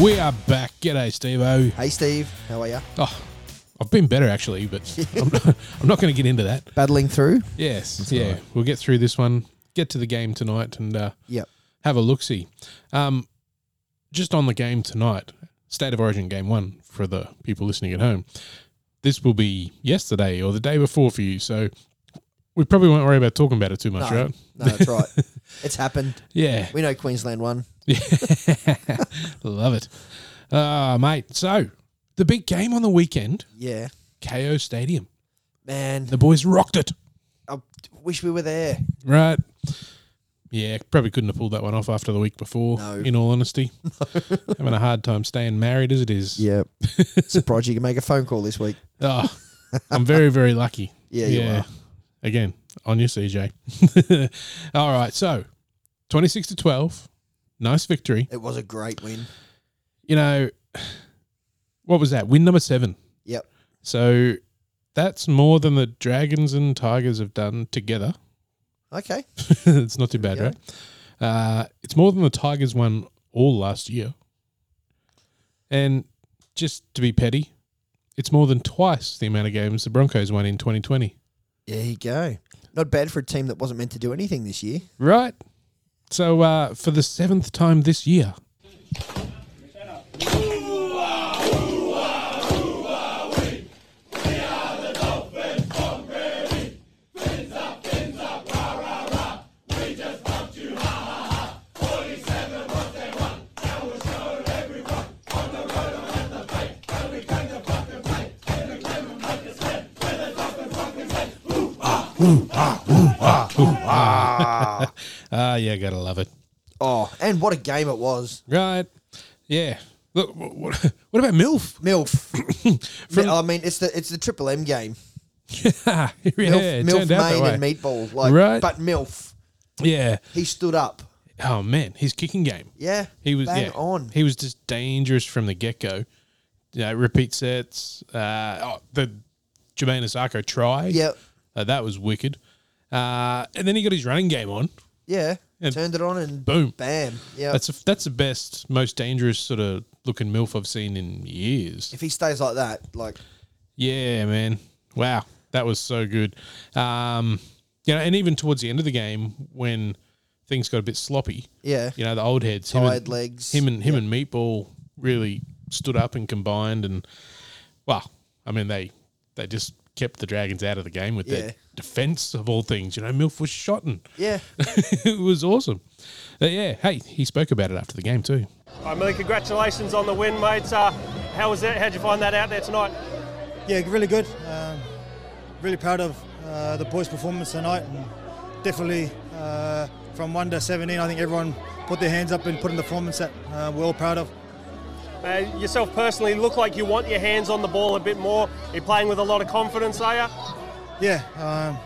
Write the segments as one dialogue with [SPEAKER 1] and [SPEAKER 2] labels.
[SPEAKER 1] We are back. G'day, Steve O.
[SPEAKER 2] Hey Steve, how are you?
[SPEAKER 1] Oh, I've been better actually, but I'm not, I'm not going to get into that.
[SPEAKER 2] Battling through?
[SPEAKER 1] Yes,
[SPEAKER 2] That's
[SPEAKER 1] yeah,
[SPEAKER 2] alright.
[SPEAKER 1] we'll get through this one. Get to the game tonight and uh,
[SPEAKER 2] Yep.
[SPEAKER 1] have a look see. Um, just on the game tonight, State of Origin game one for the people listening at home. This will be yesterday or the day before for you, so we probably won't worry about talking about it too much,
[SPEAKER 2] No.
[SPEAKER 1] right?
[SPEAKER 2] No, that's right. it's happened.
[SPEAKER 1] Yeah,
[SPEAKER 2] We know Queensland won.
[SPEAKER 1] love it, ah, mate. So the big game on the weekend,
[SPEAKER 2] Yeah,
[SPEAKER 1] KO Stadium.
[SPEAKER 2] man.
[SPEAKER 1] The boys rocked it.
[SPEAKER 2] I wish we were there.
[SPEAKER 1] Right. Yeah, probably couldn't have pulled that one off after the week before,
[SPEAKER 2] No.
[SPEAKER 1] in all honesty. Having a hard time staying married as it is.
[SPEAKER 2] Yeah. Surprised you can make a phone call this week.
[SPEAKER 1] Oh, I'm very, very lucky.
[SPEAKER 2] Yeah, you are.
[SPEAKER 1] Again, on your CJ. all right. So 26 to 12. Nice victory.
[SPEAKER 2] It was a great win.
[SPEAKER 1] You know, what was that? Win number seven.
[SPEAKER 2] Yep.
[SPEAKER 1] So that's more than the Dragons and Tigers have done together.
[SPEAKER 2] Okay.
[SPEAKER 1] it's not too
[SPEAKER 2] There
[SPEAKER 1] bad,
[SPEAKER 2] we
[SPEAKER 1] right? Uh, it's more than the Tigers won all last year. And just to be petty, it's more than twice the amount of games the Broncos won in 2020.
[SPEAKER 2] There you go. Not bad for a team that wasn't meant to do anything this year.
[SPEAKER 1] Right? So uh, for the seventh time this year, ah, yeah, gotta love it.
[SPEAKER 2] Oh, and what a game it was.
[SPEAKER 1] Right? Yeah. Look, wh- wh- what about MILF?
[SPEAKER 2] MILF. I mean, it's the it's the triple M game.
[SPEAKER 1] yeah,
[SPEAKER 2] MILF,
[SPEAKER 1] it
[SPEAKER 2] MILF
[SPEAKER 1] turned out that
[SPEAKER 2] Main
[SPEAKER 1] way.
[SPEAKER 2] and Meatball. Like,
[SPEAKER 1] Right.
[SPEAKER 2] But MILF,
[SPEAKER 1] Yeah.
[SPEAKER 2] he stood up.
[SPEAKER 1] Oh man, his kicking game.
[SPEAKER 2] Yeah.
[SPEAKER 1] He was
[SPEAKER 2] bang
[SPEAKER 1] yeah,
[SPEAKER 2] on.
[SPEAKER 1] He was just dangerous from the get go. You know, repeat sets. Uh, oh, the Jermaine Asako try.
[SPEAKER 2] Yep.
[SPEAKER 1] Uh, that was wicked. Uh, and then he got his running game on.
[SPEAKER 2] Yeah.
[SPEAKER 1] And
[SPEAKER 2] Turned it on and
[SPEAKER 1] Boom.
[SPEAKER 2] bam. Yeah.
[SPEAKER 1] That's a, that's the best, most dangerous sort of looking milf I've seen in years.
[SPEAKER 2] if he stays like that, like
[SPEAKER 1] Yeah, man. Wow, that was so good. Um, you know, and even towards the end of the game when things got a bit sloppy,
[SPEAKER 2] yeah,
[SPEAKER 1] you know, the old heads, him and-
[SPEAKER 2] tired legs.
[SPEAKER 1] him and him and Meatball really stood up and combined and well, I mean they they just kept the Dragons out of the game with
[SPEAKER 2] Yeah.
[SPEAKER 1] their defense of all things. You know, Milf was shot and
[SPEAKER 2] yeah,
[SPEAKER 1] it was awesome. Uh, yeah, hey, he spoke about it after the game too.
[SPEAKER 3] I mean, congratulations on the win, mates. Uh, how was that? How'd you find that out there tonight?
[SPEAKER 4] Yeah, really good. Um, really proud of uh, the boys' performance tonight, and definitely uh, from one to seventeen, I think everyone put their hands up and put in the performance that uh, we're all proud of.
[SPEAKER 3] Uh, yourself personally, look like you want your hands on the ball a bit more. You're playing with a lot of confidence, are you?
[SPEAKER 4] Yeah, um,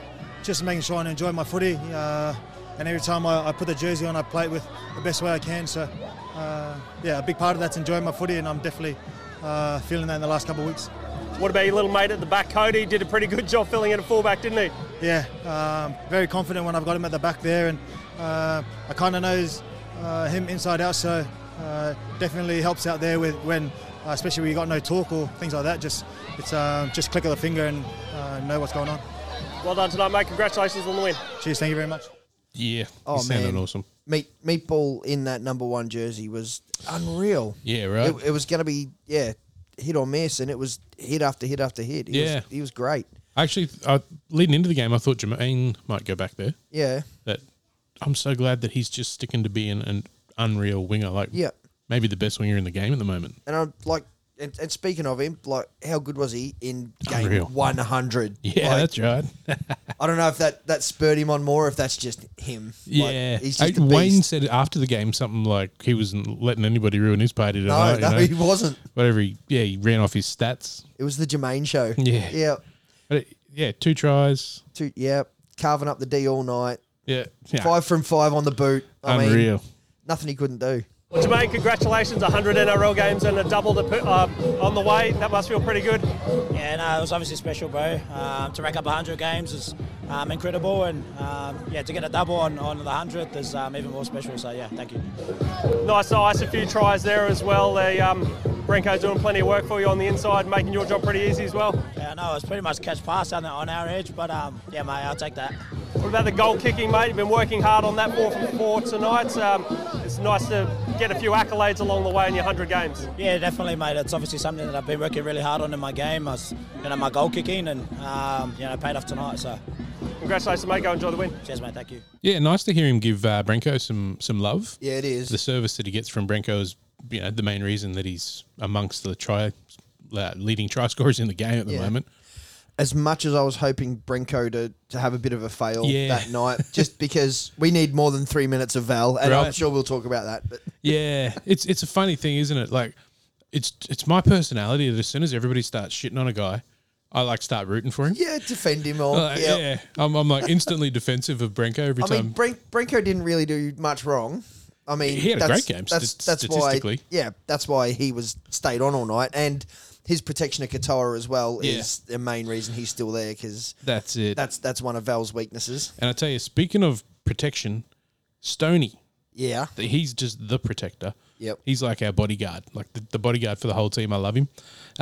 [SPEAKER 4] just making sure I enjoy my footy, uh, and every time I, I put the jersey on, I play it with the best way I can. So, uh, yeah, a big part of that's enjoying my footy, and I'm definitely uh, feeling that in the last couple of weeks.
[SPEAKER 3] What about your little mate at the back, Cody? He Did a pretty good job filling in at fullback, didn't he?
[SPEAKER 4] Yeah, um, very confident when I've got him at the back there, and uh, I kind of knows uh, him inside out, so uh, definitely helps out there with when, uh, especially when you got no talk or things like that. Just it's um, just click of the finger and uh, know what's going on.
[SPEAKER 3] Well done tonight, mate. Congratulations on the win.
[SPEAKER 4] Cheers, thank you very much.
[SPEAKER 1] Yeah.
[SPEAKER 2] Oh,
[SPEAKER 1] he sounded
[SPEAKER 2] man.
[SPEAKER 1] awesome.
[SPEAKER 2] meat meatball in that number one jersey was unreal.
[SPEAKER 1] Yeah, right.
[SPEAKER 2] It, it was going to be yeah, hit or miss, and it was hit after hit after hit. He
[SPEAKER 1] Yeah.
[SPEAKER 2] was, he was great.
[SPEAKER 1] Actually, uh, leading into the game, I thought Jermaine might go back there.
[SPEAKER 2] Yeah,
[SPEAKER 1] But I'm so glad that he's just sticking to being an unreal winger. Like,
[SPEAKER 2] Yeah.
[SPEAKER 1] maybe the best winger in the game at the moment.
[SPEAKER 2] and I'm like, and, and speaking of him, like, how good was he in game
[SPEAKER 1] Unreal.
[SPEAKER 2] 100?
[SPEAKER 1] Yeah,
[SPEAKER 2] Like,
[SPEAKER 1] that's right.
[SPEAKER 2] I don't know if that that spurred him on more, or if that's just him. Like,
[SPEAKER 1] Yeah,
[SPEAKER 2] he's
[SPEAKER 1] Uh,
[SPEAKER 2] just a
[SPEAKER 1] Wayne
[SPEAKER 2] beast.
[SPEAKER 1] said after the game something like he wasn't letting anybody ruin his party
[SPEAKER 2] No,
[SPEAKER 1] tonight.
[SPEAKER 2] no,
[SPEAKER 1] you
[SPEAKER 2] he
[SPEAKER 1] know?
[SPEAKER 2] wasn't.
[SPEAKER 1] Whatever. He, yeah, he ran off his stats.
[SPEAKER 2] It was the Jermaine show.
[SPEAKER 1] Yeah.
[SPEAKER 2] yeah,
[SPEAKER 1] But it, yeah, two tries.
[SPEAKER 2] two, yeah, carving up the D all night.
[SPEAKER 1] Yeah, yeah.
[SPEAKER 2] Five from five on the boot. I mean,
[SPEAKER 1] unreal.
[SPEAKER 2] nothing he couldn't do.
[SPEAKER 3] Well, Jermaine, congratulations. 100 NRL games and a double to put, uh, on the way. That must feel pretty good.
[SPEAKER 5] Yeah, no, it was obviously special, bro. Um, to rack up 100 games is um, incredible. And um, yeah, to get a double on, on the 100th is um, even more special. So yeah, thank you.
[SPEAKER 3] Nice ice, a few tries there as well. They, um, Brenko doing plenty of work for you on the inside, making your job pretty easy as well.
[SPEAKER 5] Yeah, no, it was pretty much catch pass on, on our edge, but um, yeah, mate, I'll take that.
[SPEAKER 3] What about the goal kicking, mate? You've been working hard on that four from four tonight. Um, it's nice to get a few accolades along the way in your 100 games.
[SPEAKER 5] Yeah, definitely, mate. It's obviously something that I've been working really hard on in my game. I was, you know, my goal kicking and um, you know paid off tonight. So
[SPEAKER 3] Congratulations, mate. Go enjoy the win.
[SPEAKER 5] cheers, mate. Thank you.
[SPEAKER 1] Yeah, nice to hear him give uh, Branko some some love.
[SPEAKER 2] Yeah, it is.
[SPEAKER 1] The service that he gets from Branko is, you know, the main reason that he's amongst the try uh, leading try scorers in the game at the
[SPEAKER 2] Yeah.
[SPEAKER 1] moment.
[SPEAKER 2] as much as I was hoping Brenko to, to have a bit of a fail
[SPEAKER 1] Yeah.
[SPEAKER 2] that night, just because we need more than three minutes of Val, and I'm
[SPEAKER 1] Right.
[SPEAKER 2] sure we'll talk about that. But
[SPEAKER 1] Yeah, it's it's a funny thing, isn't it? Like, it's it's my personality that as soon as everybody starts shitting on a guy, I like start rooting for him.
[SPEAKER 2] yeah, defend him all.
[SPEAKER 1] Like,
[SPEAKER 2] yeah.
[SPEAKER 1] Uh, yeah. I'm, I'm like instantly defensive of Branko every
[SPEAKER 2] I
[SPEAKER 1] time.
[SPEAKER 2] mean, Bren- Brenko didn't really do much wrong. I mean,
[SPEAKER 1] He had a
[SPEAKER 2] that's-
[SPEAKER 1] great game,
[SPEAKER 2] That's,
[SPEAKER 1] stat-
[SPEAKER 2] that's why,
[SPEAKER 1] statistically.
[SPEAKER 2] yeah, that's why he was stayed on all night, and his protection of Katoa as well
[SPEAKER 1] Yeah.
[SPEAKER 2] is the main reason he's still there because
[SPEAKER 1] that's it.
[SPEAKER 2] that's that's one of Val's weaknesses.
[SPEAKER 1] and I tell you, speaking of protection, Stony,
[SPEAKER 2] Yeah,
[SPEAKER 1] that he's just the protector.
[SPEAKER 2] Yep.
[SPEAKER 1] He's like our bodyguard, like the, the bodyguard for the whole team. I love him.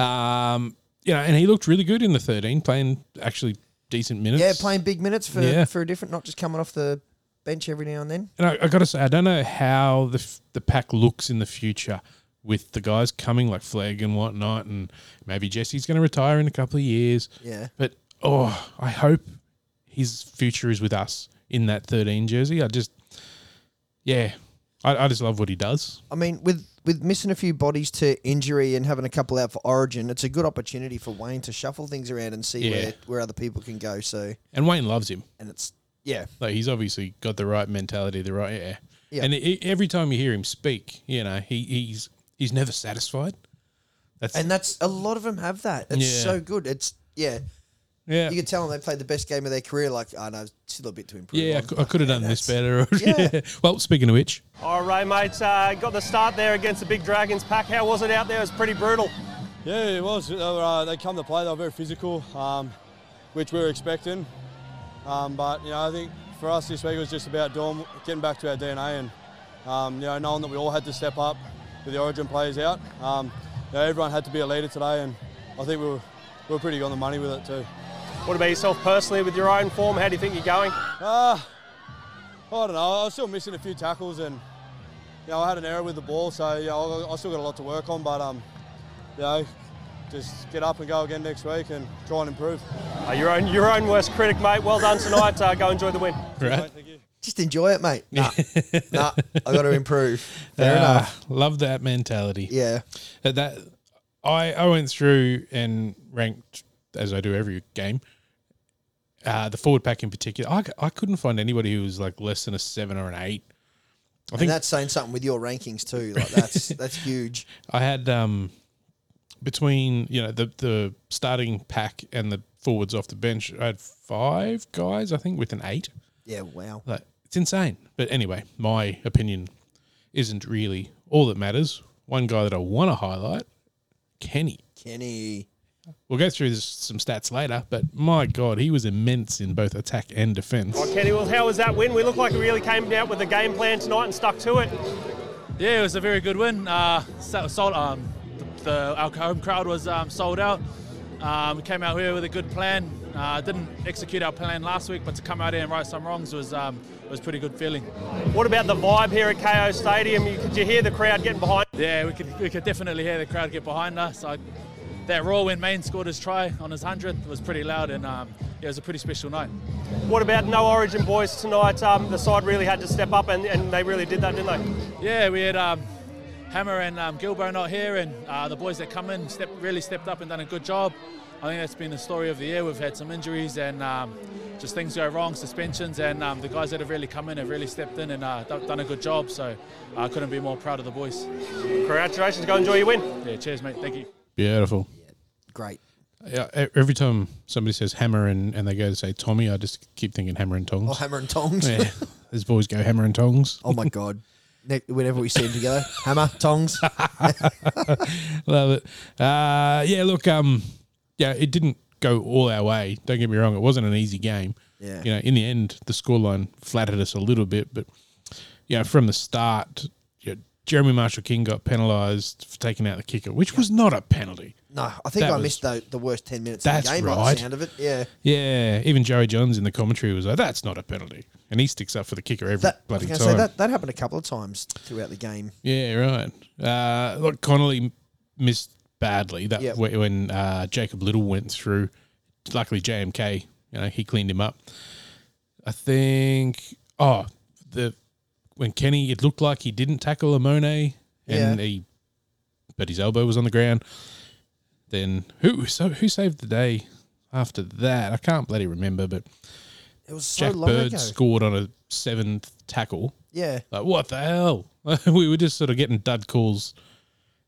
[SPEAKER 1] Um, you know, and he looked really good in the 13, playing actually decent minutes.
[SPEAKER 2] yeah, playing big minutes for
[SPEAKER 1] Yeah.
[SPEAKER 2] for a different, not just coming off the bench every now and then.
[SPEAKER 1] And I, I got to say, I don't know how the f- the pack looks in the future with the guys coming like Flag and whatnot, and maybe Jesse's going to retire in a couple of years.
[SPEAKER 2] Yeah.
[SPEAKER 1] But oh, I hope his future is with us in that 13 jersey. I just, yeah, I, I just love what he does.
[SPEAKER 2] I mean, with with missing a few bodies to injury and having a couple out for Origin, it's a good opportunity for Wayne to shuffle things around and see
[SPEAKER 1] Yeah.
[SPEAKER 2] where, where other people can go. So,
[SPEAKER 1] And Wayne loves him.
[SPEAKER 2] and it's yeah,
[SPEAKER 1] Like he's obviously got the right mentality, the right yeah.
[SPEAKER 2] Yeah.
[SPEAKER 1] And e- every time you hear him speak, you know he, he's he's never satisfied. That's
[SPEAKER 2] and that's a lot of them have that. It's
[SPEAKER 1] Yeah.
[SPEAKER 2] so good. It's yeah,
[SPEAKER 1] yeah.
[SPEAKER 2] you can tell them they played the best game of their career. Like I know, still a bit to improve.
[SPEAKER 1] Yeah, I
[SPEAKER 2] on.
[SPEAKER 1] cou- I could have done this
[SPEAKER 2] that's-
[SPEAKER 1] better.
[SPEAKER 2] Yeah.
[SPEAKER 1] Well, speaking of which,
[SPEAKER 3] All right, mate. Uh, got the start there against the Big Dragons pack. How was it out there? It was pretty brutal.
[SPEAKER 6] Yeah, it was. They, were, uh, they come to play. They were very physical, um, which we were expecting. Um, but you know, I think for us this week it was just about dorm, getting back to our DNA and um, you know knowing that we all had to step up with the Origin players out. Um, you know, everyone had to be a leader today, and I think we were, we were pretty on the money with it too.
[SPEAKER 3] What about yourself personally with your own form? How do you think you're going?
[SPEAKER 6] Uh, I don't know. I was still missing a few tackles, and you know, I had an error with the ball, so yeah, I, I still got a lot to work on. But um, you know, just get up and go again next week and try and improve.
[SPEAKER 3] Uh, your own your own worst critic, mate. Well done tonight. Uh, go enjoy the win.
[SPEAKER 1] right?
[SPEAKER 6] Thank you.
[SPEAKER 2] Just enjoy it, mate. Nah, nah, I got to improve. Fair
[SPEAKER 1] Ah,
[SPEAKER 2] enough.
[SPEAKER 1] Love that mentality.
[SPEAKER 2] Yeah,
[SPEAKER 1] That- That I I went through and ranked as I do every game. Uh, the forward pack in particular, I, c- I couldn't find anybody who was like less than a seven or an eight. I
[SPEAKER 2] and
[SPEAKER 1] think
[SPEAKER 2] that's saying something with your rankings too. Like that's that's huge.
[SPEAKER 1] I had um between you know the the starting pack and the forwards off the bench, I had five guys I think with an eight.
[SPEAKER 2] Yeah, wow.
[SPEAKER 1] Like it's insane. But anyway, my opinion isn't really all that matters. One guy that I want to highlight, Kenny.
[SPEAKER 2] Kenny,
[SPEAKER 1] We'll go through this, some stats later, but my God, he was immense in both attack and defense.
[SPEAKER 3] All right, Kenny, well, how was that win? We look like we really came out with a game plan tonight and stuck to it.
[SPEAKER 7] Yeah, it was a very good win. Uh, so- sold, um, the, the, our home crowd was um, sold out. Um, we came out here with a good plan. Uh, didn't execute our plan last week, but to come out here and right some wrongs was um, was pretty good feeling.
[SPEAKER 3] What about the vibe here at KO Stadium? You, could you hear the crowd getting behind?
[SPEAKER 7] Yeah, we could we could definitely hear the crowd get behind us. I, that roar when Maine scored his try on his hundredth was pretty loud, and um, yeah, it was a pretty special night.
[SPEAKER 3] What about no Origin boys tonight? Um, the side really had to step up, and, and they really did that, didn't they?
[SPEAKER 7] Yeah, we had um, Hammer and um, Gilbo not here, and uh, the boys that come in step, really stepped up and done a good job. I think that's been the story of the year. We've had some injuries and um, just things go wrong, suspensions, and um, the guys that have really come in have really stepped in and uh, done done a good job. So I couldn't be more proud of the boys.
[SPEAKER 3] Congratulations. Go enjoy your win.
[SPEAKER 7] Yeah, cheers, mate. Thank you.
[SPEAKER 1] Beautiful.
[SPEAKER 2] great.
[SPEAKER 1] Yeah, e- every time somebody says hammer and, and they go to say Tommy, I just keep thinking hammer and
[SPEAKER 2] Oh,
[SPEAKER 1] tongs.
[SPEAKER 2] hammer and tongs.
[SPEAKER 1] yeah, these boys go hammer and tongs.
[SPEAKER 2] Oh my god! Ne- Whenever we see them together, hammer, tongs.
[SPEAKER 1] Love it. Uh, yeah, look, um, yeah, it didn't go all our way. Don't get me wrong; it wasn't an easy game.
[SPEAKER 2] Yeah.
[SPEAKER 1] you know, in the end, the scoreline flattered us a little bit, but you know, from the start, you know, Jeremy Marshall King got penalised for taking out the kicker, which was not a penalty.
[SPEAKER 2] No, I think
[SPEAKER 1] That
[SPEAKER 2] I
[SPEAKER 1] was-
[SPEAKER 2] missed the, the worst 10 minutes of the
[SPEAKER 1] That's
[SPEAKER 2] game by
[SPEAKER 1] right.
[SPEAKER 2] the sound of it. Yeah.
[SPEAKER 1] Yeah, even Joey Johns in the commentary was like, "That's not a penalty," and he sticks up for the kicker every
[SPEAKER 2] That, I was
[SPEAKER 1] bloody
[SPEAKER 2] going
[SPEAKER 1] time.
[SPEAKER 2] to say, that, that happened a couple of times throughout the game.
[SPEAKER 1] Yeah, right. Uh, look, Connolly missed badly that
[SPEAKER 2] Yep.
[SPEAKER 1] wh- when uh, Jacob Little went through. Luckily, JMK, you know, he cleaned him up. I think. Oh, the when Kenny, it looked like he didn't tackle Amone, and
[SPEAKER 2] Yeah.
[SPEAKER 1] he, but his elbow was on the ground. Then who so who saved the day after that? I can't bloody remember, but
[SPEAKER 2] It was so
[SPEAKER 1] Jack
[SPEAKER 2] Oh, long
[SPEAKER 1] Bird
[SPEAKER 2] ago.
[SPEAKER 1] scored on a seventh tackle.
[SPEAKER 2] Yeah.
[SPEAKER 1] Like, what the hell? we were just sort of getting dud calls.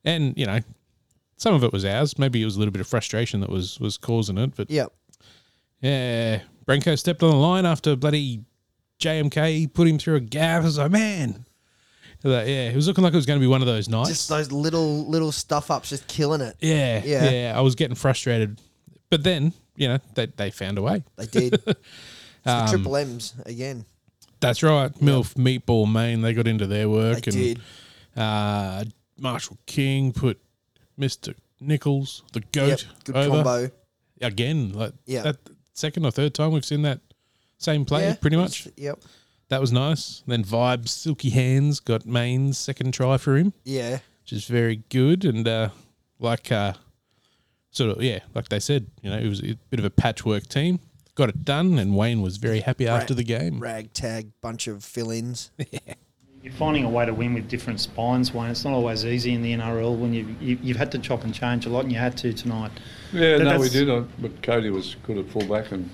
[SPEAKER 1] And, you know, some of it was ours. Maybe it was a little bit of frustration that was was causing it. But
[SPEAKER 2] Yep.
[SPEAKER 1] yeah, Branko stepped on the line after bloody JMK put him through a gap. I was like, man. Like, yeah, it was looking like it was going to be one of those nights.
[SPEAKER 2] Just those little little stuff ups just killing it.
[SPEAKER 1] yeah,
[SPEAKER 2] Yeah.
[SPEAKER 1] yeah, I was getting frustrated. But then, you know, they, they found a way.
[SPEAKER 2] They did. It's
[SPEAKER 1] Um,
[SPEAKER 2] the triple M's again.
[SPEAKER 1] That's right. MILF, Meatball, Maine, they got into their work.
[SPEAKER 2] They
[SPEAKER 1] and
[SPEAKER 2] did.
[SPEAKER 1] Uh, Marshall King put Mr. Nichols, the
[SPEAKER 2] Yep.
[SPEAKER 1] goat,
[SPEAKER 2] Good
[SPEAKER 1] over
[SPEAKER 2] combo.
[SPEAKER 1] again. Like
[SPEAKER 2] Yeah.
[SPEAKER 1] that second or third time we've seen that same play,
[SPEAKER 2] Yeah,
[SPEAKER 1] pretty
[SPEAKER 2] it's-
[SPEAKER 1] much.
[SPEAKER 2] Yep.
[SPEAKER 1] That was nice. Then Vibes, Silky Hands got Maine's second try for him,
[SPEAKER 2] Yeah.
[SPEAKER 1] which is very good. And uh, like, uh, sort of, yeah, like they said, you know, it was a bit of a patchwork team. Got it done, and Wayne was very happy after the game.
[SPEAKER 2] Ragtag bunch of fill ins.
[SPEAKER 8] You're finding a way to win with different spines, Wayne. It's not always easy in the NRL when you've, you, you've had to chop and change a lot, and you had to tonight.
[SPEAKER 9] Yeah,
[SPEAKER 8] But
[SPEAKER 9] no, we
[SPEAKER 8] that's-
[SPEAKER 9] did. uh, But Cody was good at fullback, and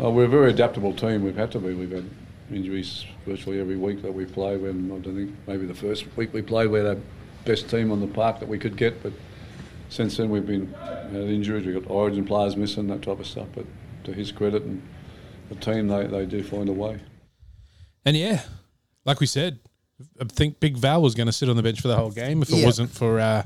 [SPEAKER 9] uh, we're a very adaptable team. We've had to be. We've had injuries virtually every week that we play. When I don't think maybe the first week we played, we had our best team on the park that we could get. But since then, we've been had injuries. We've got Origin players missing that type of stuff. But to his credit and the team, they, they do find a way.
[SPEAKER 1] And yeah, like we said, I think Big Val was going to sit on the bench for the whole game if it
[SPEAKER 2] Yeah.
[SPEAKER 1] wasn't for uh,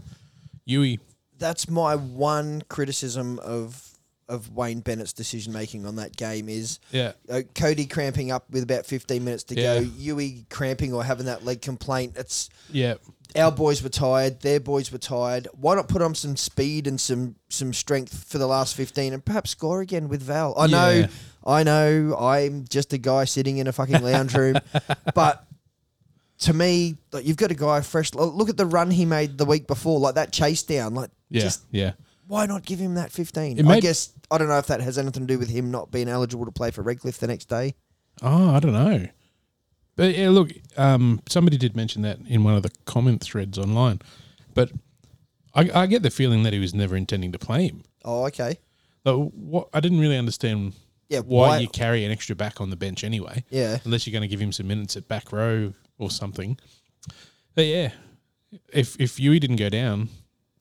[SPEAKER 1] Yui.
[SPEAKER 2] That's my one criticism of of Wayne Bennett's decision making on that game is
[SPEAKER 1] Yeah.
[SPEAKER 2] uh, Cody cramping up with about 15 minutes to go,
[SPEAKER 1] Yeah.
[SPEAKER 2] Yui cramping or having that leg complaint. It's
[SPEAKER 1] Yeah.
[SPEAKER 2] our boys were tired, their boys were tired. Why not put on some speed and some some strength for the last 15 and perhaps score again with Val? I know,
[SPEAKER 1] Yeah.
[SPEAKER 2] I know, I'm just a guy sitting in a fucking lounge room, but to me, like, you've got a guy fresh. lo- Look at the run he made the week before, like that chase down. Like,
[SPEAKER 1] Yeah.
[SPEAKER 2] just
[SPEAKER 1] yeah.
[SPEAKER 2] why not give him that 15?
[SPEAKER 1] It
[SPEAKER 2] I
[SPEAKER 1] made-
[SPEAKER 2] guess I don't know if that has anything to do with him not being eligible to play for Redcliffe the next day.
[SPEAKER 1] Oh, I don't know. But yeah, look, um, somebody did mention that in one of the comment threads online. But I, I get the feeling that he was never intending to play him.
[SPEAKER 2] Oh, okay.
[SPEAKER 1] But what I didn't really understand
[SPEAKER 2] Yeah,
[SPEAKER 1] why,
[SPEAKER 2] why-
[SPEAKER 1] you carry an extra back on the bench anyway.
[SPEAKER 2] Yeah.
[SPEAKER 1] Unless you're going to give him some minutes at back row or something. But yeah, if if Yui didn't go down,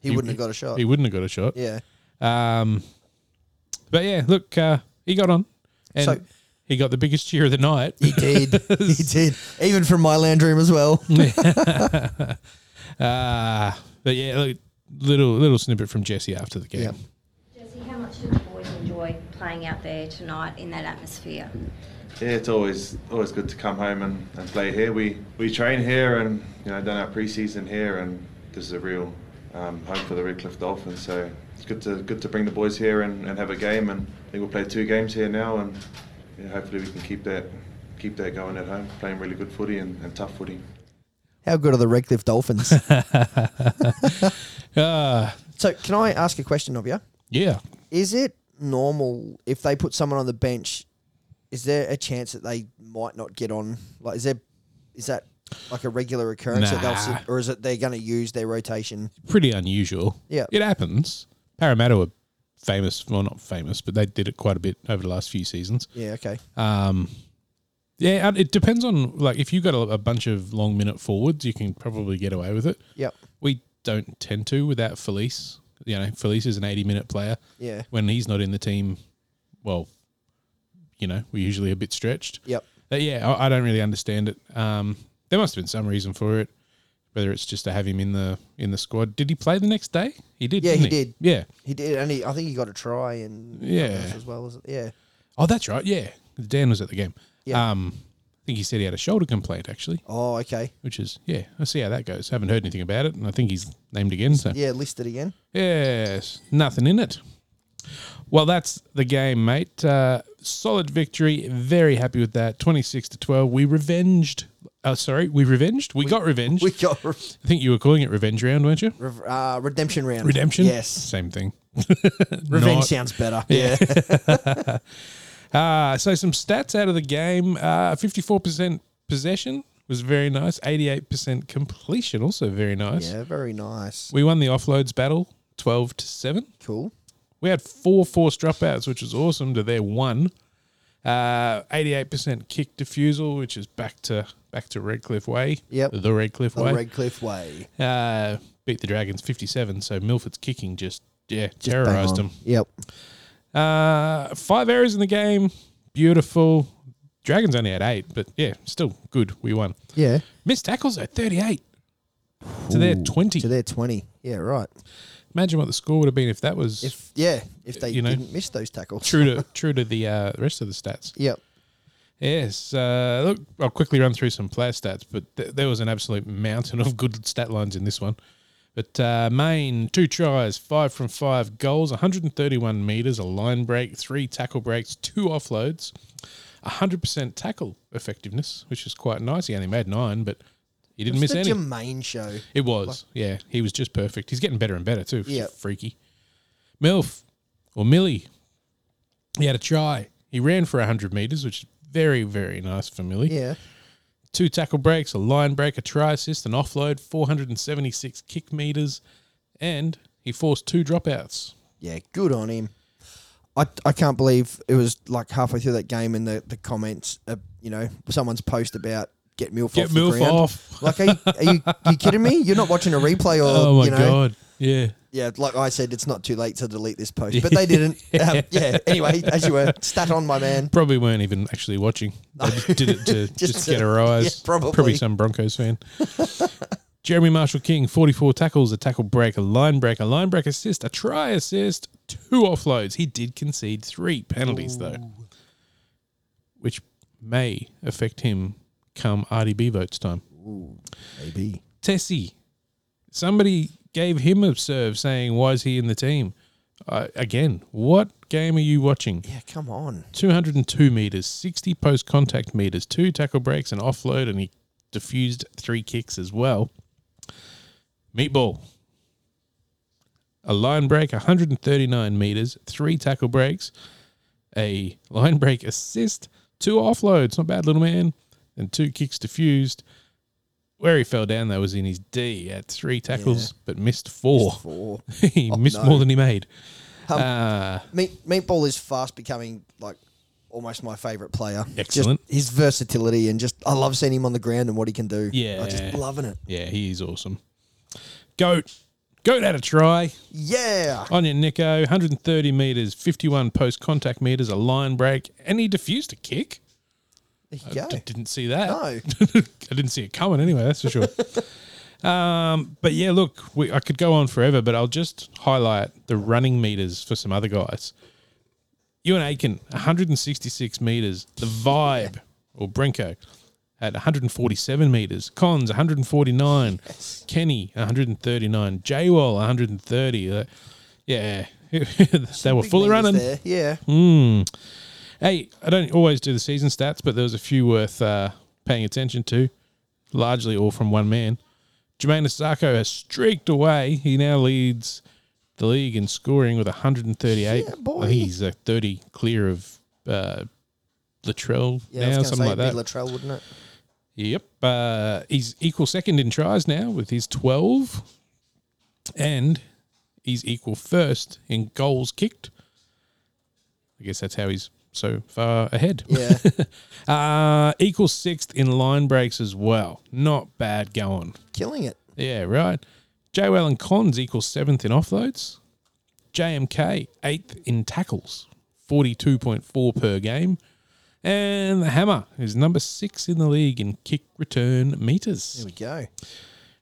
[SPEAKER 2] He, wouldn't have got a shot.
[SPEAKER 1] He wouldn't have got a shot.
[SPEAKER 2] Uh, yeah.
[SPEAKER 1] Um, but yeah, look, uh, he got on, and
[SPEAKER 2] So-
[SPEAKER 1] he got the biggest cheer of the night.
[SPEAKER 2] He did. he did. Even from my land room as well.
[SPEAKER 1] Uh, but yeah, look, little little snippet from Jesse after the game.
[SPEAKER 2] Yep.
[SPEAKER 10] Jesse, how much did the boys enjoy playing out there tonight in that atmosphere?
[SPEAKER 11] Yeah, it's always always good to come home and, and play here. We we train here and you know done our preseason here, and this is a real um, home for the Redcliffe Dolphins. So it's good to good to bring the boys here and, and have a game. And I think we'll play two games here now, and you know, hopefully we can keep that keep that going at home. Playing really good footy and, and tough footy.
[SPEAKER 2] How good are the Redcliffe Dolphins?
[SPEAKER 1] Uh,
[SPEAKER 2] so, can I ask a question of you?
[SPEAKER 1] yeah,
[SPEAKER 2] Is it normal if they put someone on the bench? Is there a chance that they might not get on? Like, is there is that like a regular occurrence that they'll
[SPEAKER 1] Nah.
[SPEAKER 2] sit, or is it they're going to use their rotation?
[SPEAKER 1] pretty unusual.
[SPEAKER 2] Yep.
[SPEAKER 1] it happens. Parramatta were famous, well, not famous, but they did it quite a bit over the last few seasons.
[SPEAKER 2] Yeah. Okay.
[SPEAKER 1] Um, yeah, and it depends on like if you've got a, a bunch of long minute forwards, you can probably get away with it.
[SPEAKER 2] Yep.
[SPEAKER 1] We don't tend to without Felice. You know, Felice is an 80 minute player.
[SPEAKER 2] Yeah.
[SPEAKER 1] When he's not in the team, well, you know, we're usually a bit stretched.
[SPEAKER 2] Yep.
[SPEAKER 1] But yeah, I, I don't really understand it. Um, there must have been some reason for it, whether it's just to have him in the in the squad. Did he play the next day? He did.
[SPEAKER 2] Yeah,
[SPEAKER 1] didn't
[SPEAKER 2] he did.
[SPEAKER 1] Yeah.
[SPEAKER 2] He did, and he, I think he got a try and
[SPEAKER 1] Yeah.
[SPEAKER 2] as well as yeah.
[SPEAKER 1] Oh, that's right. Yeah, Dan was at the game.
[SPEAKER 2] Yeah.
[SPEAKER 1] Um, I think he said he had a shoulder complaint actually.
[SPEAKER 2] Oh, okay.
[SPEAKER 1] Which is yeah. Let's see how that goes. Haven't heard anything about it, and I think he's named again. So
[SPEAKER 2] Yeah, listed again.
[SPEAKER 1] Yes, nothing in it. Well, that's the game, mate. Uh, solid victory. Very happy with that. Twenty-six to twelve. We revenged. Uh, sorry, we revenged. We, got revenge. We
[SPEAKER 2] got.
[SPEAKER 1] I think you were calling it revenge round, weren't you?
[SPEAKER 2] Rev- uh, redemption round.
[SPEAKER 1] Redemption.
[SPEAKER 2] Yes.
[SPEAKER 1] Same thing.
[SPEAKER 2] Revenge
[SPEAKER 1] Not-
[SPEAKER 2] sounds better.
[SPEAKER 1] Yeah. uh, so some stats out of the game. Uh, 54% possession was very nice. 88% completion, also very nice.
[SPEAKER 2] Yeah, very nice.
[SPEAKER 1] We won the offloads battle 12 to 7.
[SPEAKER 2] Cool.
[SPEAKER 1] We had four forced dropouts, which was awesome to their one. Uh, 88% kick defusal, which is back to back to Redcliffe Way.
[SPEAKER 2] Yep.
[SPEAKER 1] The Redcliffe
[SPEAKER 2] The
[SPEAKER 1] Way.
[SPEAKER 2] Redcliffe Way.
[SPEAKER 1] Uh, beat the Dragons 57, so Milford's kicking just yeah,
[SPEAKER 2] Just bang
[SPEAKER 1] terrorized
[SPEAKER 2] on.
[SPEAKER 1] them.
[SPEAKER 2] Yep.
[SPEAKER 1] Uh, five errors in the game. Beautiful. Dragons only had eight, but yeah, still good. We won.
[SPEAKER 2] Yeah.
[SPEAKER 1] Missed tackles at 38 to their
[SPEAKER 2] Ooh,
[SPEAKER 1] 20.
[SPEAKER 2] To their 20. Yeah, right.
[SPEAKER 1] Imagine what the score would have been if that was
[SPEAKER 2] If yeah, if they
[SPEAKER 1] You know,
[SPEAKER 2] didn't miss those tackles.
[SPEAKER 1] true to true to the uh, rest of the stats.
[SPEAKER 2] Yep.
[SPEAKER 1] Yes. Uh, look, I'll quickly run through some player stats, but th- there was an absolute mountain of good stat lines in this one. But uh, Maine, two tries, five from five goals, 131 metres, a line break, three tackle breaks, two offloads, 100% tackle effectiveness, which is quite nice. He only made nine, but he didn't
[SPEAKER 2] It's
[SPEAKER 1] miss any.
[SPEAKER 2] the Jermaine show.
[SPEAKER 1] It was, yeah. He was just perfect. He's getting better and better too.
[SPEAKER 2] Yeah.
[SPEAKER 1] Yeah, freaky. Milf or Millie, he had a try. He ran for hundred meters, which is very, very nice for Millie.
[SPEAKER 2] Yeah.
[SPEAKER 1] Two tackle breaks, a line break, a try assist, an offload, four hundred and seventy-six kick meters, and he forced two dropouts.
[SPEAKER 2] Yeah, good on him. I, I can't believe it was like halfway through that game and the, the comments, uh, you know, someone's post about get Milf
[SPEAKER 1] Get
[SPEAKER 2] off the
[SPEAKER 1] Milf
[SPEAKER 2] ground.
[SPEAKER 1] off.
[SPEAKER 2] Like, are you, are, you, you kidding me? You're not watching a replay or,
[SPEAKER 1] Oh my
[SPEAKER 2] Um, you know.
[SPEAKER 1] god! Yeah.
[SPEAKER 2] Yeah, like I said, it's not too late to delete this post, but they didn't. Um, yeah, anyway, as you were, stat on, my man.
[SPEAKER 1] Probably weren't even actually watching. They just did it to just,
[SPEAKER 2] Just to-
[SPEAKER 1] get a rise.
[SPEAKER 2] yeah, probably.
[SPEAKER 1] some Broncos fan. Jeremy Marshall King, 44 tackles, a tackle break, a line break, a line break assist, a try assist, two offloads. He did concede three penalties, though, which may affect him come RDB votes time.
[SPEAKER 2] Maybe.
[SPEAKER 1] Tessie. Somebody gave him a serve saying, Why is he in the team? Uh, again, what game are you watching?
[SPEAKER 2] Yeah, come on.
[SPEAKER 1] 202 meters, 60 post contact meters, two tackle breaks, an offload, and he diffused three kicks as well. Meatball. A line break, 139 meters, three tackle breaks, a line break assist, two offloads. Not bad, little man. And two kicks diffused. Where he fell down, though, was in his D at three tackles, but missed four.
[SPEAKER 2] Missed four.
[SPEAKER 1] he
[SPEAKER 2] Oh,
[SPEAKER 1] missed
[SPEAKER 2] no.
[SPEAKER 1] more than he made.
[SPEAKER 2] Um,
[SPEAKER 1] Uh,
[SPEAKER 2] Meat, meatball is fast becoming like almost my favorite player. Just
[SPEAKER 1] Excellent.
[SPEAKER 2] his versatility and just I love seeing him on the ground and what he can do.
[SPEAKER 1] Yeah.
[SPEAKER 2] I'm just loving it.
[SPEAKER 1] Yeah, he is awesome. Goat. Goat had a try.
[SPEAKER 2] Yeah.
[SPEAKER 1] On your Nico, 130 metres, 51 post contact metres, a line break, and he diffused a kick.
[SPEAKER 2] There you
[SPEAKER 1] I
[SPEAKER 2] go.
[SPEAKER 1] Uh, d- didn't see that.
[SPEAKER 2] No.
[SPEAKER 1] I didn't see it coming anyway, that's for sure. um, but yeah, look, we, I could go on forever, but I'll just highlight the running meters for some other guys. Ewan Aiken, 166 meters. The Vibe, or Brenko, at 147 meters. Cons, 149. Kenny, 139. J-Wall, 130. Uh, yeah, they were
[SPEAKER 2] Big
[SPEAKER 1] full of
[SPEAKER 2] meters
[SPEAKER 1] running.
[SPEAKER 2] There. Yeah.
[SPEAKER 1] Mm. Hey, I don't always do the season stats, but there was a few worth uh, paying attention to, largely all from one man. Jermaine Asako has streaked away. He now leads the league in scoring with 138.
[SPEAKER 2] Yeah, boy.
[SPEAKER 1] I think he's uh, 30 clear of uh, Latrell
[SPEAKER 2] Yeah, I
[SPEAKER 1] now,
[SPEAKER 2] was
[SPEAKER 1] something like
[SPEAKER 2] going to say
[SPEAKER 1] that.
[SPEAKER 2] like Latrell, wouldn't it?
[SPEAKER 1] Yep. Uh, he's equal second in tries now with his 12. And he's equal first in goals kicked. I guess that's how he's so far ahead.
[SPEAKER 2] Yeah.
[SPEAKER 1] uh, equal sixth in line breaks as well. Not bad going.
[SPEAKER 2] Killing it.
[SPEAKER 1] Yeah, right. JL and Cons equal seventh in offloads. JMK, eighth in tackles, 42.4 per game. And the Hammer is number six in the league in kick return meters.
[SPEAKER 2] There we go.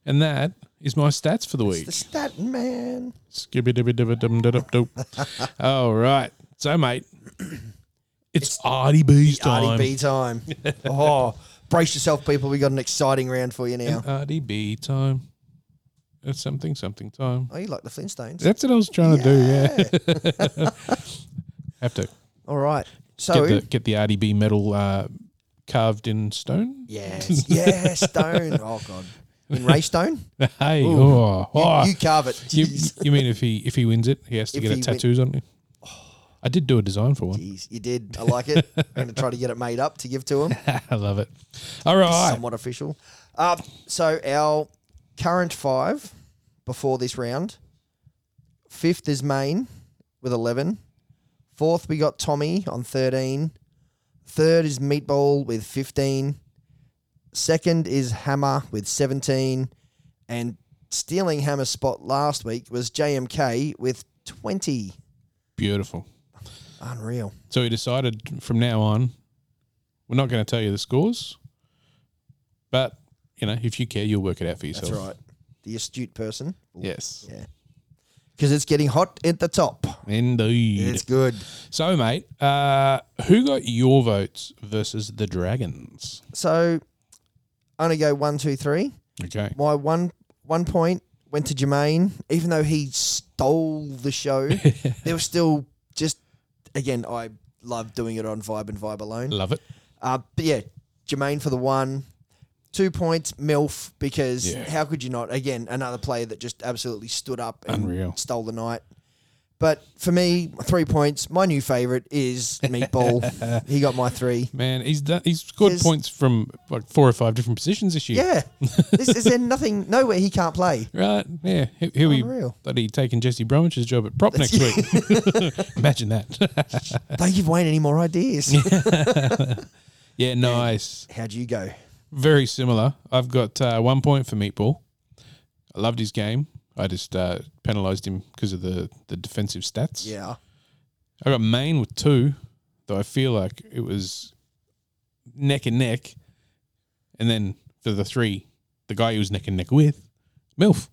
[SPEAKER 1] And that is my stats for the week.
[SPEAKER 2] It's the stat man.
[SPEAKER 1] Skibby dibby dibby dum da dup doop. All right. So, mate, It's, RDB's time.
[SPEAKER 2] RDB time. oh, brace yourself, people. We got an exciting round for you now.
[SPEAKER 1] RDB time. That's something, something time.
[SPEAKER 2] Oh, you like the Flintstones?
[SPEAKER 1] That's what I was trying to do. Yeah. Have to
[SPEAKER 2] All right. So,
[SPEAKER 1] get the, get the RDB medal uh, carved in stone.
[SPEAKER 2] yes, yeah, stone. Oh god, in Ray Stone.
[SPEAKER 1] Hey,
[SPEAKER 2] Ooh.
[SPEAKER 1] oh,
[SPEAKER 2] You-
[SPEAKER 1] oh.
[SPEAKER 2] You, carve it.
[SPEAKER 1] You,
[SPEAKER 2] Jeez.
[SPEAKER 1] you mean if he if he wins it, he has to
[SPEAKER 2] If
[SPEAKER 1] get a
[SPEAKER 2] he win-
[SPEAKER 1] tattoos on him? I did do a design for one.
[SPEAKER 2] Jeez, you did. I like it. I'm going to try to get it made up to give to him.
[SPEAKER 1] I love it. All right.
[SPEAKER 2] Somewhat official. Uh, so our current five before this round. Fifth is Maine with 11. Fourth, we got Tommy on 13. Third is Meatball with 15. Second is Hammer with 17. And stealing Hammer's spot last week was JMK with 20.
[SPEAKER 1] Beautiful.
[SPEAKER 2] Unreal.
[SPEAKER 1] So we decided from now on, we're not going to tell you the scores, but you know, if you care, you'll work it out for yourself.
[SPEAKER 2] That's right. The astute person.
[SPEAKER 1] Yes.
[SPEAKER 2] Yeah. Because it's getting hot at the top.
[SPEAKER 1] Indeed.
[SPEAKER 2] It's good.
[SPEAKER 1] So, mate, uh, who got your votes versus the Dragons?
[SPEAKER 2] So I'm gonna go one, two, three.
[SPEAKER 1] Okay.
[SPEAKER 2] My one one point went to Jermaine, even though he stole the show. there was still just again, I love doing it on Vibe and Vibe alone.
[SPEAKER 1] Love it.
[SPEAKER 2] Uh, but yeah, Jermaine for the one. Two points, MILF, because
[SPEAKER 1] Yeah.
[SPEAKER 2] how could you not? Again, another player that just absolutely stood up and
[SPEAKER 1] Unreal.
[SPEAKER 2] stole the night. But for me, three points. My new favourite is Meatball. he got my three.
[SPEAKER 1] Man, he's done, he's scored
[SPEAKER 2] There's-
[SPEAKER 1] points from like four or five different positions this year.
[SPEAKER 2] Yeah. this, is there nothing, nowhere he can't play?
[SPEAKER 1] Right? Yeah. He- He'll be
[SPEAKER 2] Unreal.
[SPEAKER 1] bloody taking Jesse Bromich's job at prop next week. Imagine that.
[SPEAKER 2] Don't give Wayne any more ideas.
[SPEAKER 1] yeah, nice.
[SPEAKER 2] How'd you go?
[SPEAKER 1] Very similar. I've got uh, one point for Meatball. I loved his game. I just uh, penalised him because of the, the defensive stats.
[SPEAKER 2] Yeah.
[SPEAKER 1] I got Maine with two, though I feel like it was neck and neck. And then for the three, the guy he was neck and neck with, MILF.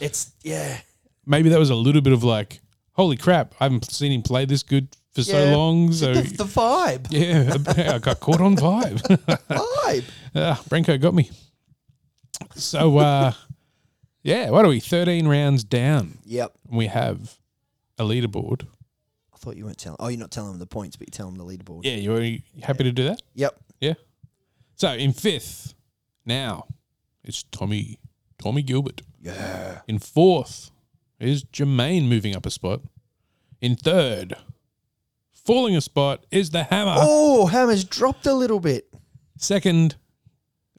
[SPEAKER 2] It's, yeah.
[SPEAKER 1] Maybe that was a little bit of like, holy crap, I haven't seen him play this good for
[SPEAKER 2] Yeah.
[SPEAKER 1] so long. So,
[SPEAKER 2] That's the vibe.
[SPEAKER 1] yeah, I got caught on vibe.
[SPEAKER 2] Vibe.
[SPEAKER 1] Ah, Branko got me. So, uh, yeah, what are we? 13 rounds down.
[SPEAKER 2] Yep.
[SPEAKER 1] We have a leaderboard.
[SPEAKER 2] I thought you weren't telling. Oh, you're not telling him the points, but you tell him the leaderboard.
[SPEAKER 1] Yeah, you you happy to do that?
[SPEAKER 2] Yep.
[SPEAKER 1] Yeah. So in fifth, now it's Tommy, Tommy Gilbert.
[SPEAKER 2] Yeah.
[SPEAKER 1] In fourth is Jermaine moving up a spot. In third, falling a spot is the Hammer.
[SPEAKER 2] Oh, Hammer's dropped a little bit.
[SPEAKER 1] Second,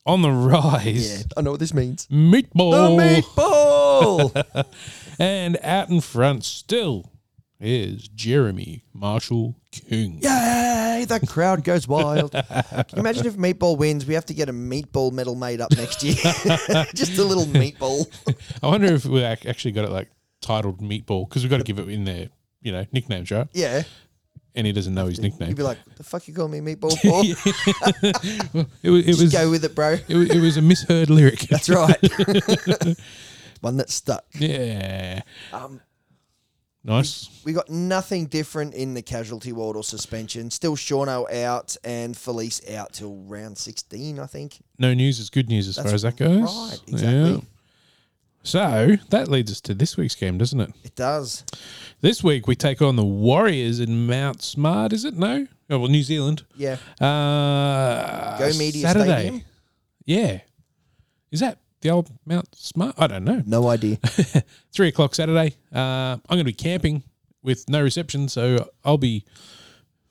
[SPEAKER 1] on the
[SPEAKER 2] Yeah,
[SPEAKER 1] rise,
[SPEAKER 2] I know what this means. The
[SPEAKER 1] Meatball.
[SPEAKER 2] meatball.
[SPEAKER 1] and out in front still is Jeremy Marshall King.
[SPEAKER 2] Yay! The crowd goes wild. Can you imagine if Meatball wins? We have to get a meatball medal made up next year. Just a little meatball.
[SPEAKER 1] I wonder if we ac- actually got it like titled Meatball because we've got to give it in their, you know, nicknames, right?
[SPEAKER 2] Yeah.
[SPEAKER 1] And he doesn't know his nickname.
[SPEAKER 2] You'd be like, the fuck you call me meatball for?
[SPEAKER 1] It was. It
[SPEAKER 2] Just
[SPEAKER 1] was.
[SPEAKER 2] go with it, bro.
[SPEAKER 1] it was, it was a misheard lyric.
[SPEAKER 2] That's right. One that stuck.
[SPEAKER 1] yeah.
[SPEAKER 2] Um,
[SPEAKER 1] Nice.
[SPEAKER 2] We got nothing different in the casualty world or suspension. Still Shauno out and Felice out till round 16, I think.
[SPEAKER 1] No news is good news as
[SPEAKER 2] That's
[SPEAKER 1] far as that goes.
[SPEAKER 2] right, exactly.
[SPEAKER 1] So that leads us to this week's game, doesn't it?
[SPEAKER 2] It does.
[SPEAKER 1] This week we take on the Warriors in Mount Smart. Is it no? Oh, well, New Zealand.
[SPEAKER 2] Yeah.
[SPEAKER 1] Uh,
[SPEAKER 2] Go Media
[SPEAKER 1] Saturday.
[SPEAKER 2] Stadium?
[SPEAKER 1] Yeah. Is that the old Mount Smart? I don't know.
[SPEAKER 2] No idea.
[SPEAKER 1] three o'clock Saturday. Uh, I'm going to be camping with no reception, so I'll be.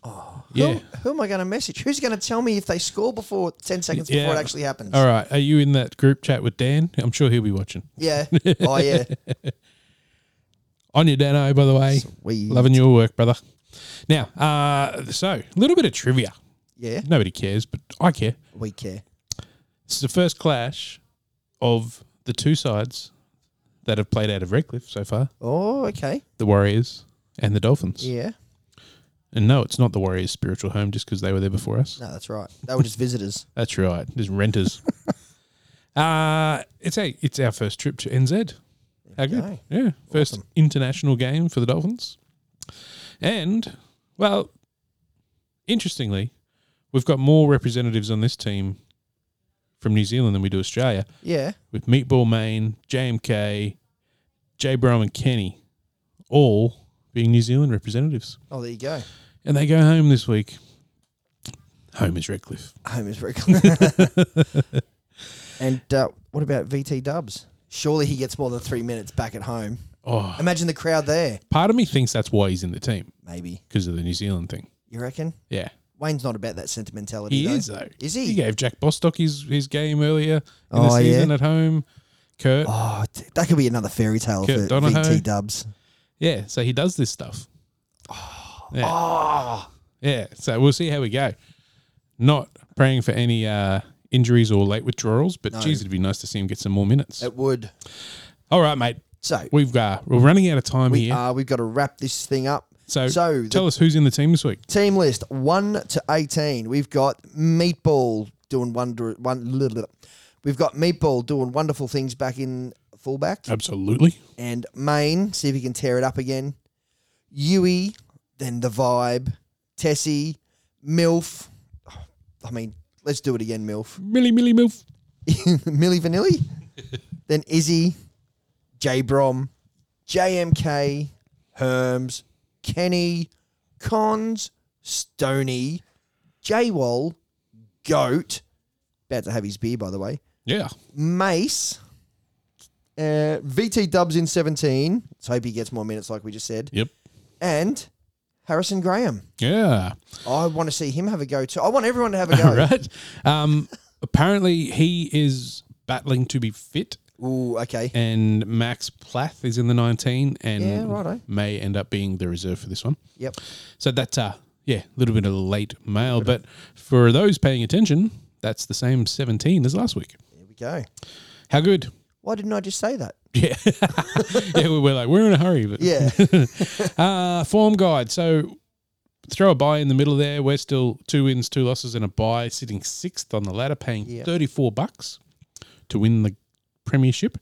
[SPEAKER 1] Oh, yeah.
[SPEAKER 2] Who, who am I going to message? Who's going to tell me if they score before 10 seconds
[SPEAKER 1] Yeah.
[SPEAKER 2] before it actually happens?
[SPEAKER 1] All right. Are you in that group chat with Dan? I'm sure he'll be watching.
[SPEAKER 2] Yeah. Oh, yeah.
[SPEAKER 1] On your Dano, by the way.
[SPEAKER 2] Sweet.
[SPEAKER 1] Loving your work, brother. Now, uh, so a little bit of trivia.
[SPEAKER 2] Yeah.
[SPEAKER 1] Nobody cares, but I care.
[SPEAKER 2] We care.
[SPEAKER 1] It's the first clash of the two sides that have played out of Redcliffe so far
[SPEAKER 2] Oh, okay.
[SPEAKER 1] the Warriors and the Dolphins.
[SPEAKER 2] Yeah.
[SPEAKER 1] And no, it's not the Warriors' spiritual home just because they were there before us.
[SPEAKER 2] No, that's right. They were just visitors.
[SPEAKER 1] That's right. There's renters. uh it's a it's our first trip to NZ. How good?
[SPEAKER 2] Okay.
[SPEAKER 1] Yeah. First international game for the Dolphins. And well, interestingly, we've got more representatives on this team from New Zealand than we do Australia.
[SPEAKER 2] Yeah.
[SPEAKER 1] With Meatball Main, JMK, Jay Brom and Kenny, all being New Zealand representatives.
[SPEAKER 2] Oh, there you go.
[SPEAKER 1] And they go home this week. Home is Redcliffe.
[SPEAKER 2] Home is Redcliffe. and uh, what about VT Dubs? Surely he gets more than three minutes back at home.
[SPEAKER 1] Oh.
[SPEAKER 2] Imagine the crowd there.
[SPEAKER 1] Part of me thinks that's why he's in the team.
[SPEAKER 2] Maybe.
[SPEAKER 1] Because of the New Zealand thing.
[SPEAKER 2] You reckon?
[SPEAKER 1] Yeah.
[SPEAKER 2] Wayne's not about that sentimentality.
[SPEAKER 1] He
[SPEAKER 2] though.
[SPEAKER 1] is though.
[SPEAKER 2] Is he?
[SPEAKER 1] He gave Jack Bostock his, his game earlier in
[SPEAKER 2] Oh,
[SPEAKER 1] the
[SPEAKER 2] yeah.
[SPEAKER 1] season at home. Kurt.
[SPEAKER 2] Oh, d- that could be another fairy tale
[SPEAKER 1] Kurt
[SPEAKER 2] for
[SPEAKER 1] Donohoe.
[SPEAKER 2] VT Dubs.
[SPEAKER 1] Yeah, so he does this stuff. Yeah.
[SPEAKER 2] Oh.
[SPEAKER 1] Yeah, so we'll see how we go. Not praying for any uh, injuries or late withdrawals, but
[SPEAKER 2] No.
[SPEAKER 1] geez, it'd be nice to see him get some more minutes.
[SPEAKER 2] It would.
[SPEAKER 1] All right, mate.
[SPEAKER 2] So
[SPEAKER 1] We've uh, we're running out of time
[SPEAKER 2] we
[SPEAKER 1] here.
[SPEAKER 2] are. We've got to wrap this thing up.
[SPEAKER 1] so
[SPEAKER 2] so the-
[SPEAKER 1] tell us who's in the team this week.
[SPEAKER 2] Team list one to eighteen. We've got Meatball doing wonder one. Little, we've got Meatball doing wonderful things back in fullback
[SPEAKER 1] Absolutely.
[SPEAKER 2] and Maine. See if he can tear it up again. Yui, then the vibe. Tessie, Milf. Oh, I mean, let's do it again, Milf.
[SPEAKER 1] Millie Millie Milf.
[SPEAKER 2] Millie Vanilli, then Izzy, J Brom, JMK, Herms, Kenny, Cons, Stony, J Wall, Goat, about to have his beer by the way,
[SPEAKER 1] Yeah.
[SPEAKER 2] Mace, uh, VT Dubs in 17. Let's hope he gets more minutes like we just said.
[SPEAKER 1] Yep.
[SPEAKER 2] And Harrison Graham.
[SPEAKER 1] Yeah.
[SPEAKER 2] I want to see him have a go too. I want everyone to have a go.
[SPEAKER 1] All right. Um, apparently he is battling to be fit,
[SPEAKER 2] Ooh, okay.
[SPEAKER 1] and Max Plath is in the nineteen, and
[SPEAKER 2] Yeah, righto.
[SPEAKER 1] may end up being the reserve for this one.
[SPEAKER 2] Yep.
[SPEAKER 1] So that's uh yeah, a little bit of late mail, but for those paying attention, that's the same 17 as last week.
[SPEAKER 2] There we go.
[SPEAKER 1] How good?
[SPEAKER 2] Why didn't I just say that?
[SPEAKER 1] Yeah. yeah, we were like, we're in a hurry. But
[SPEAKER 2] Yeah.
[SPEAKER 1] uh, form guide. So throw a buy in the middle there. We're still two wins, two losses, and a buy, sitting sixth on the ladder, paying
[SPEAKER 2] Yeah.
[SPEAKER 1] 34 bucks to win the premiership.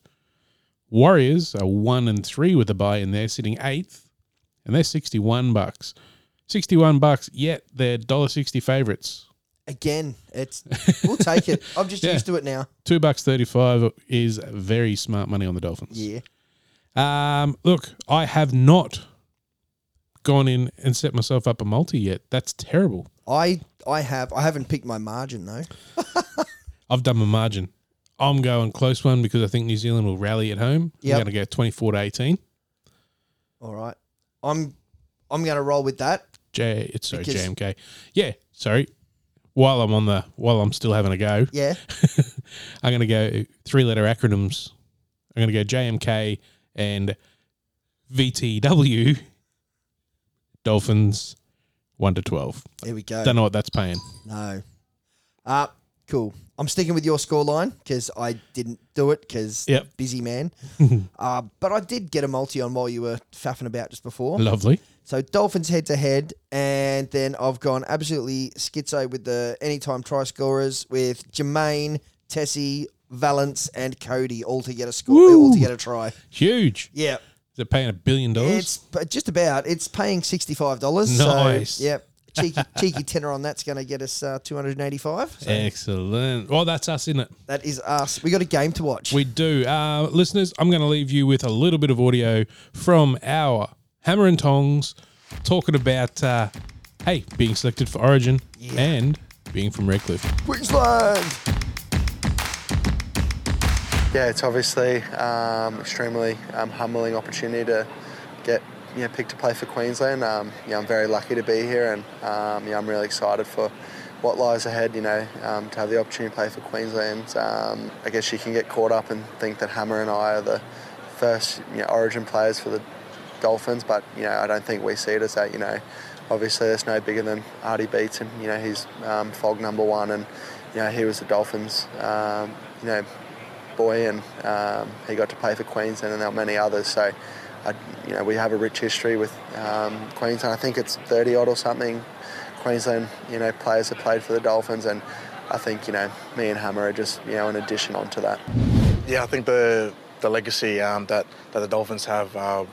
[SPEAKER 1] Warriors are one and three with a buy in there, sitting eighth, and they're 61 bucks. 61 bucks, yet they're $1.60 favourites.
[SPEAKER 2] Again, it's we'll take it. I'm just
[SPEAKER 1] Yeah.
[SPEAKER 2] used to it now.
[SPEAKER 1] Two bucks thirty-five is very smart money on the Dolphins.
[SPEAKER 2] Yeah.
[SPEAKER 1] Um, look, I have not gone in and set myself up a multi yet. That's terrible.
[SPEAKER 2] I I have I haven't picked my margin though.
[SPEAKER 1] I've done my margin. I'm going close one because I think New Zealand will rally at home.
[SPEAKER 2] Yep.
[SPEAKER 1] I'm going to go twenty-four to eighteen.
[SPEAKER 2] All right. I'm I'm gonna roll with that.
[SPEAKER 1] J, it's sorry,
[SPEAKER 2] Because-
[SPEAKER 1] JMK. Yeah, sorry. While I'm on the, while I'm still having a go,
[SPEAKER 2] Yeah.
[SPEAKER 1] I'm going to go three-letter acronyms. I'm going to go JMK and VTW. Dolphins, one to twelve.
[SPEAKER 2] There we go.
[SPEAKER 1] Don't know what that's paying.
[SPEAKER 2] No. Uh cool. I'm sticking with your scoreline because I didn't do it because
[SPEAKER 1] Yep.
[SPEAKER 2] busy man. uh, but I did get a multi on while you were faffing about just before.
[SPEAKER 1] Lovely.
[SPEAKER 2] So Dolphins head to head, and then I've gone absolutely schizo with the anytime try scorers with Jermaine, Tessie, Valence, and Cody all to get a score,
[SPEAKER 1] Woo!
[SPEAKER 2] all to get a try.
[SPEAKER 1] Huge.
[SPEAKER 2] Yeah,
[SPEAKER 1] Is it paying a billion
[SPEAKER 2] it's
[SPEAKER 1] dollars?
[SPEAKER 2] but just about. It's paying sixty five dollars.
[SPEAKER 1] Nice.
[SPEAKER 2] So, yep. Cheeky, cheeky tenner on that's going to get us uh, 285. So
[SPEAKER 1] Excellent. Well, that's us, isn't it?
[SPEAKER 2] that is us. We got a game to watch.
[SPEAKER 1] We do. Uh, listeners, I'm going to leave you with a little bit of audio from our Hammer and Tongs talking about, uh, hey, being selected for Origin and being from Redcliffe.
[SPEAKER 2] Queensland!
[SPEAKER 12] Yeah, it's obviously um, extremely um, humbling opportunity to get you know, picked to play for Queensland. Um, yeah, I'm very lucky to be here, and um, yeah, I'm really excited for what lies ahead. You know, um, to have the opportunity to play for Queensland. Um, I guess you can get caught up and think that Hammer and I are the first you know, Origin players for the Dolphins, but you know, I don't think we see it as that. You know, obviously that's no bigger than Artie Beaton. You know, he's um, fog number one, and you know he was the Dolphins. Um, you know, boy, and um, he got to play for Queensland, and there were many others. So, I, you know, we have a rich history with um, Queensland. I think it's 30 odd or something. Queensland, you know, players have played for the Dolphins, and I think you know, me and Hammer are just you know an addition onto that.
[SPEAKER 13] Yeah, I think the the legacy um, that that the Dolphins have uh,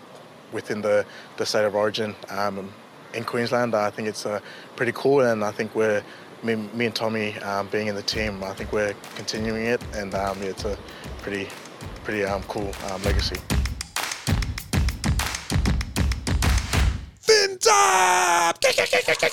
[SPEAKER 13] within the the state of origin um,
[SPEAKER 12] in Queensland. I think it's uh, pretty cool, and I think we're me, me and Tommy um, being in the team. I think we're continuing it, and um, yeah, it's a pretty pretty um, cool um, legacy.
[SPEAKER 14] Fin top!